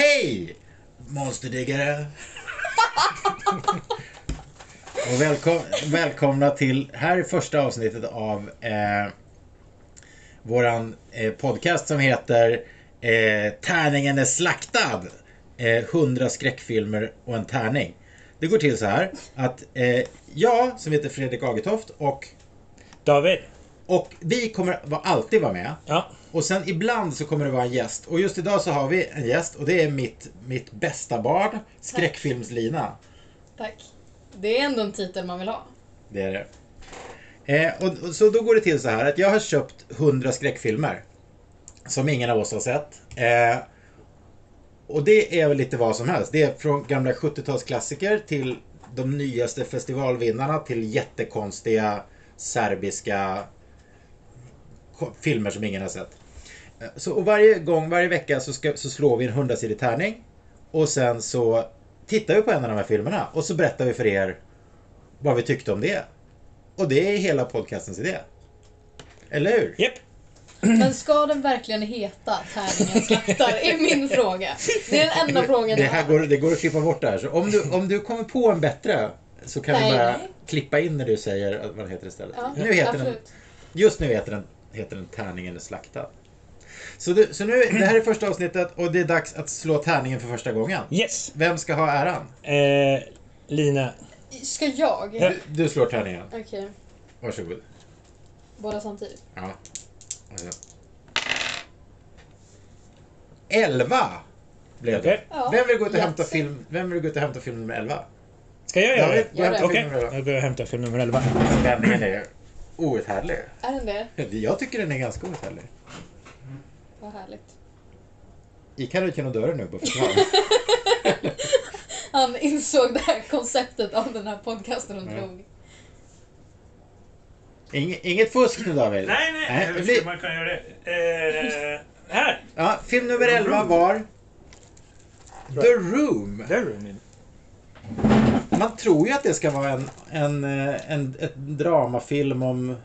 Hej! Monsterdiggare! Och välkom välkomna till, här är första avsnittet av eh, våran eh, podcast som heter eh, Tärningen är slaktad! Eh, 100 skräckfilmer och en tärning. Det går till så här att eh, jag som heter Fredrik Agetoft och, David? och vi kommer va- alltid vara med. Ja. Och sen ibland så kommer det vara en gäst. Och just idag så har vi en gäst och det är mitt, mitt bästa barn, skräckfilmslina. Tack. Det är ändå en titel man vill ha. Det är det. Eh, och, och, så då går det till så här att jag har köpt 100 skräckfilmer. Som ingen av oss har sett. Eh, och det är väl lite vad som helst. Det är från gamla 70-talsklassiker till de nyaste festivalvinnarna till jättekonstiga serbiska ko- filmer som ingen har sett. Eh, Så, och varje gång, varje vecka så, ska, så slår vi en 100-sidig tärning. Och sen så tittar vi på en av de här filmerna och så berättar vi för er vad vi tyckte om det. Och det är hela podcastens idé. Eller hur? Japp. Men ska den verkligen heta Tärningen slaktar? är min fråga. Det är den enda frågan Det, jag här har. går, det går att klippa bort det här. Så om du, om du kommer på en bättre så kan Nej, vi bara nej. klippa in när du säger att- vad den heter istället. Ja, nu heter den, absolut. just nu heter den, heter den Tärning eller slaktad. Så, du, så nu, det här är första avsnittet och det är dags att slå tärningen för första gången. Yes. Vem ska ha äran? Eh, Lina. Ska jag? Ja. Okej, Du slår tärningen. Varsågod. båda samtidigt. Ja. Alltså. Elva blev det. Okej. Ja. Vem vill gå ut och hämta Jätte- film, vem vill gå ut och hämta film nummer 11? Ska jag göra Ja, det? vi- gör det. Okej. Film nummer elva. Jag går och hämtar film nummer 11. Vändningen är outhärdlig. Är den det? Jag tycker den är ganska outhärdlig. Vad härligt. Gick han ut genom dörren nu på försvar? Han insåg det här konceptet av den här podcasten och Ja. drog. Inge, inget fusk nu David. Nej, nej. det Hur blir- ska man kunna göra det? Eh, här. ja, film nummer 11 var The Room. Där är den. Man tror ju att det ska vara en, en, eh, en ett dramafilm om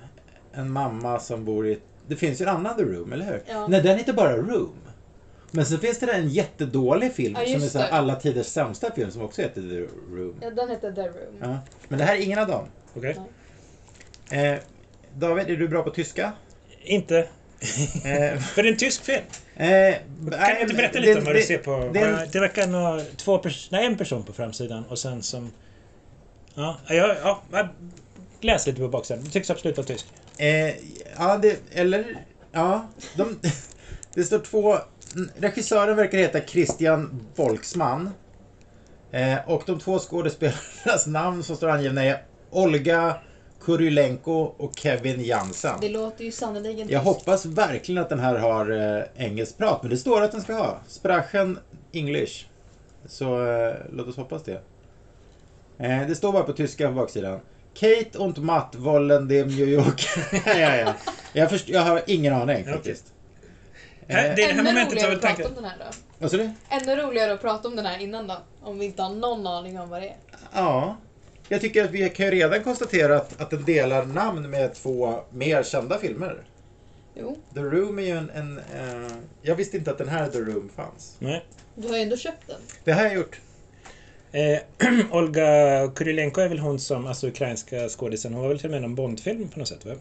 en mamma som bor i... Det finns ju en annan The Room, eller hur? Ja. Nej, den heter bara Room. Men så finns det där en jättedålig film Ja, som är just så här det. alla tiders sämsta film som också heter The Room. Ja, den heter The Room. Ja. Men det här är ingen av dem. Okej. Eh, David, är du bra på tyska? Inte. Eh, För det är en tysk film. Eh, Kan nej, du inte berätta det- lite om vad du det- ser på? det är en- Det, det verkar nå två pers nej, en person på framsidan och sen som... Ja, jag, ja, jag läs lite på baksidan. Det tycks absolut vara tysk. Eh, ja, det, eller... Ja, de, det står två... Regissören verkar heta Christian Volksman. Eh, och de två skådespelarnas namn som står angivna är Olga Kurylenko och Kevin Jansen. Det låter ju sannerligen Jag tyst. hoppas verkligen att den här har eh, engelsk prat, men det står att den ska ha. Sprachen English. Så eh, låt oss hoppas det. Eh, det står bara på tyska på baksidan. Kate und Matt wollen dem New York. ja, ja, ja. Jag, först- jag har ingen aning Okej. faktiskt. Eh. Här, det är det här Ännu momentet som roligare jag att prata om tänkte... den här då. Vad sa du? Ännu roligare att prata om den här innan då. Om vi inte har någon aning om vad det är. Ja. Jag tycker att vi kan ju redan konstatera att, att den delar namn med två mer kända filmer. Jo, The Room är ju en... en eh, jag visste inte att den här The Room fanns. Nej. du har ju ändå köpt den. Det här har jag gjort. Eh, Olga Kurylenko är väl hon som, alltså ukrainska skådisen, hon var väl till och med i någon Bondfilm på något sätt va?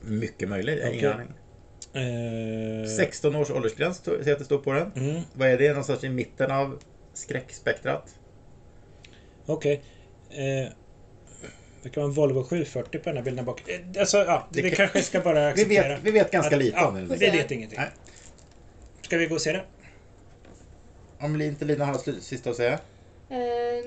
Mycket möjligt, jag har ingen Okej. aning. Eh, 16 års åldersgräns ser jag att det står på den. Mm, Vad är det? Någonstans i mitten av skräckspektrat? Okej. Eh, det kan vara en Volvo 740 på den här bilden där bak. Eh, alltså, ja, Det det, kan- kanske ska bara Vi acceptera. vet, vi vet ganska att- lite ja, om den. Vi Får se. vet ingenting. Nej. Ska vi gå och se den? Om inte Lina har något sl- sista att säga. Eh,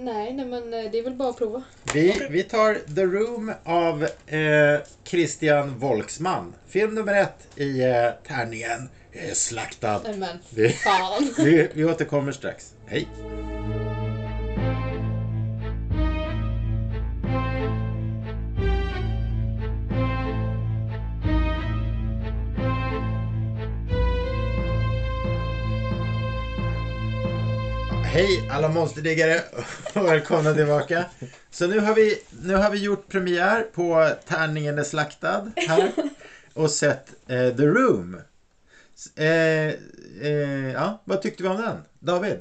nej, nej, men eh, det är väl bara att prova. Vi, Okej. vi tar The Room av eh, Christian Volksman. Film nummer ett i eh, tärningen är slaktad. Nej men Vi, fan. vi, vi återkommer strax. Hej! Hej alla monsterdiggare och välkomna tillbaka. Så nu har, vi, nu har vi gjort premiär på Tärningen är slaktad här och sett eh, The Room. S- Eh, eh, ja, vad tyckte vi om den? David?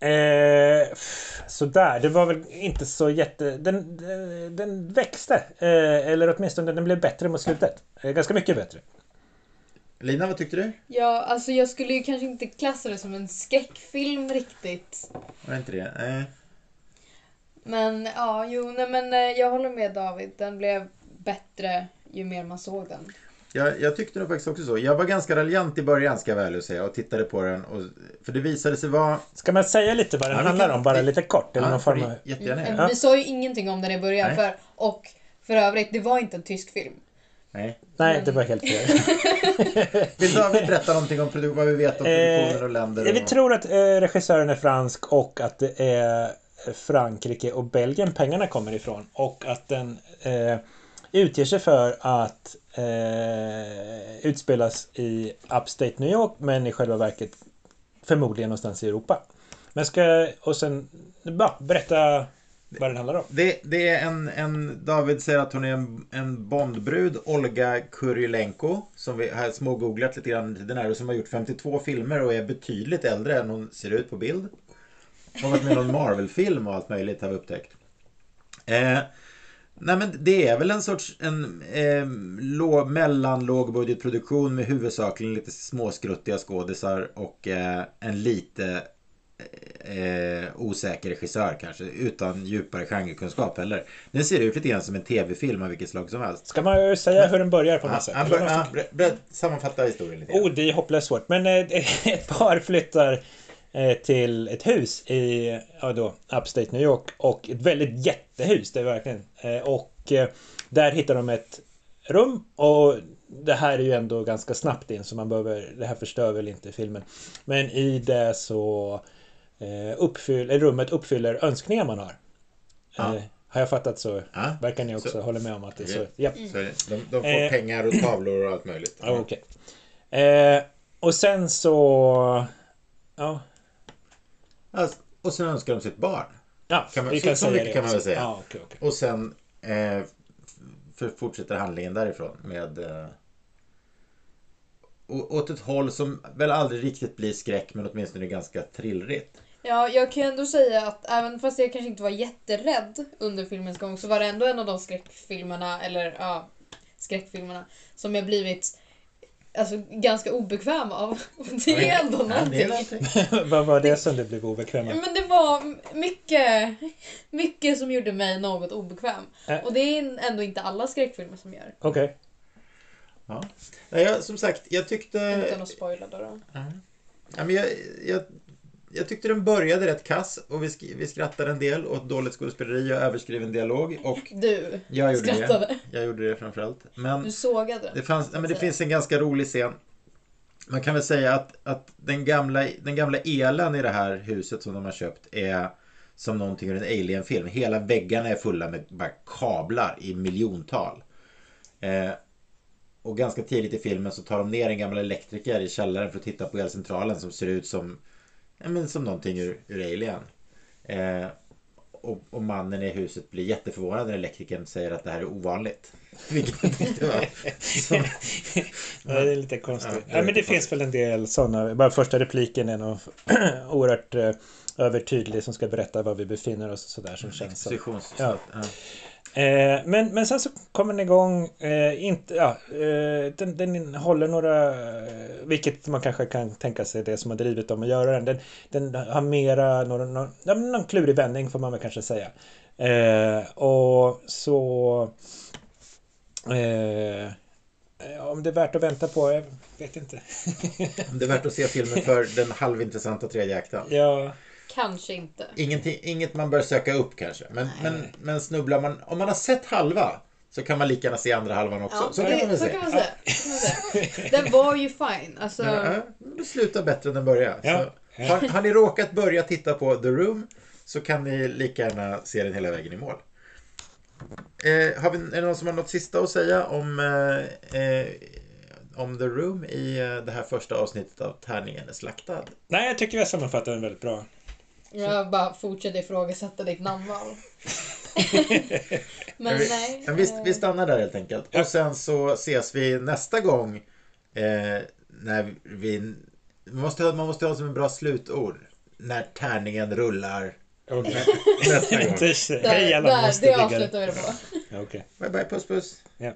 Eh, pff, sådär, det var väl inte så jätte... Den, den, den växte. Eh, eller åtminstone den blev bättre mot slutet. Eh, ganska mycket bättre. Lina, vad tyckte du? Ja, alltså jag skulle ju kanske inte klassa det som en skräckfilm riktigt. Var det inte det? Eh, Nej. Men ja, jo, nej men eh, jag håller med David. Den blev bättre ju mer man såg den. Jag, jag tyckte nog faktiskt också så. Jag var ganska raljant i början ska jag väl säga och tittade på den. Och, för det visade sig vara... Ska man säga lite vad den Ja, vi handlar kan- om? Bara lite kort? Eller Ja, någon får form vi av... Jättegärna Men göra. Ja. Vi sa ju ingenting om den i början. Nej. För, och för övrigt, det var inte en tysk film. Nej. Nej, det var helt fel. Vill David berätta någonting om produ- vad vi vet om produktioner och länder? Eh, Och... vi tror att eh, regissören är fransk och att det är Frankrike och Belgien pengarna kommer ifrån. Och att den eh, utger sig för att eh, utspelas i Upstate New York men i själva verket förmodligen någonstans i Europa. Men ska och sen ja, berätta vad den handlar om. Det, det är en, en... David säger att hon är en, en Bondbrud, Olga Kurylenko, som vi har smågooglat lite grann under tiden här och som har gjort 52 filmer och är betydligt äldre än hon ser ut på bild. Hon har varit med i någon Marvel-film och allt möjligt har vi upptäckt. Eh, nej men det är väl en sorts en, eh, låg, mellanlågbudgetproduktion med huvudsakligen lite småskruttiga skådisar och eh, en lite eh, osäker regissör kanske utan djupare genrekunskap heller. Den ser ut lite grann som en tv-film av vilket slag som helst. Alltså, Ska man ju säga hur den börjar på något sätt? Han Eller bör, något han, ber- ber- sammanfatta historien lite grann. Oh, det är hopplöst svårt. Men eh, ett par flyttar eh, till ett hus i ja, då, Upstate New York och ett väldigt jättehus, det är verkligen. Eh, och eh, där hittar de ett rum och det här är ju ändå ganska snabbt in så man behöver, det här förstör väl inte filmen. Men i det så eh, uppfyll, eller rummet uppfyller önskningar man har. Ja. Eh, har jag fattat så Ja. verkar ni också Så- hålla med om att det är så. Okej. Ja. Så de, de får Eh. pengar och tavlor och allt möjligt. Ja, Okej. Eh, och sen så... Ja, Alltså, och sen önskar de sitt barn. ja Kan man- vi så- kan så säga mycket det kan man också. väl säga. Ja, okej, okej. Och sen eh, för fortsätter handlingen därifrån med eh, å- åt ett håll som väl aldrig riktigt blir skräck men åtminstone är ganska trillrigt. Ja, jag kan ju ändå säga att även fast jag kanske inte var jätterädd under filmens gång så var det ändå en av de skräckfilmerna, eller ja, skräckfilmerna som jag blivit alltså, ganska obekväm av. Och det är ändå Ja, det är någonting. någonting. Vad var det som du blev obekväm med? Men det var mycket, mycket som gjorde mig något obekväm. Äh. Och det är ändå inte alla skräckfilmer som gör. Okej. Ja. Nej, jag, som sagt, jag tyckte... Utan att spoila då. då. Ja, men jag, jag, jag tyckte den började rätt kass och vi, sk- vi skrattade en del åt dåligt skådespeleri och överskriven dialog. Och Du jag gjorde skrattade. det. Jag gjorde det framförallt. Du Men sågade den. det, fanns, ja, men det finns en ganska rolig scen. Man kan väl säga att, att den, gamla, den gamla elen i det här huset som de har köpt är som någonting ur en alienfilm. Hela väggarna är fulla med bara kablar i miljontal. Eh, och ganska tidigt i filmen så tar de ner en gammal elektriker i källaren för att titta på elcentralen som ser ut som, ja, men som någonting ur, ur Alien. Eh, och, och mannen i huset blir jätteförvånad när elektrikern säger att det här är ovanligt. Vilket jag tyckte var... Som, Ja, det är lite konstigt. Ja, Ja, men det finns väl en del sådana. Bara första repliken är nog oerhört eh, övertydlig som ska berätta var vi befinner oss och sådär Mm. som känns som... Positions- Ja. ja. Eh, men, men sen så kommer den igång. Eh, inte, ja, eh, den, den håller några... eh, Vilket man kanske kan tänka sig det som har drivit dem att göra den. Den, den har mera... Någon, någon, ja, men någon klurig vändning får man väl kanske säga. Eh, och så... Eh, ja, om det är värt att vänta på? Jag vet inte. Det är värt att se filmen för den halvintressanta tredje akten. ja, Kanske inte. Ingenting, inget man bör söka upp kanske. Men, men, men snubblar man... Om man har sett halva så kan man lika gärna se andra halvan också. Ja, så det- kan man väl så säga. kan man säga. Så kan man säga. Den var ju fine. Alltså, Ja, det slutar bättre än den börjar. Ja. Så, har, har ni råkat börja titta på The Room så kan ni lika gärna se den hela vägen i mål. Eh, har vi, är det någon som har något sista att säga om, eh, eh, om The Room i eh, det här första avsnittet av Tärningen är slaktad? nej, jag tycker vi har sammanfattat den väldigt bra. Jag bara fortsätter ifrågasätta ditt namnval. Men vi, nej. Men vi, vi eh, stannar där helt enkelt. Ja. Och sen så ses vi nästa gång eh, när vi... vi måste, ha- man måste ha det som en bra slutord. när tärningen rullar Okej. nästa gång. Inte- Där, Hej alla där, det monsterbyggare. avslutar vi det på. Ja, Okej. Bye bye, puss puss. Ja.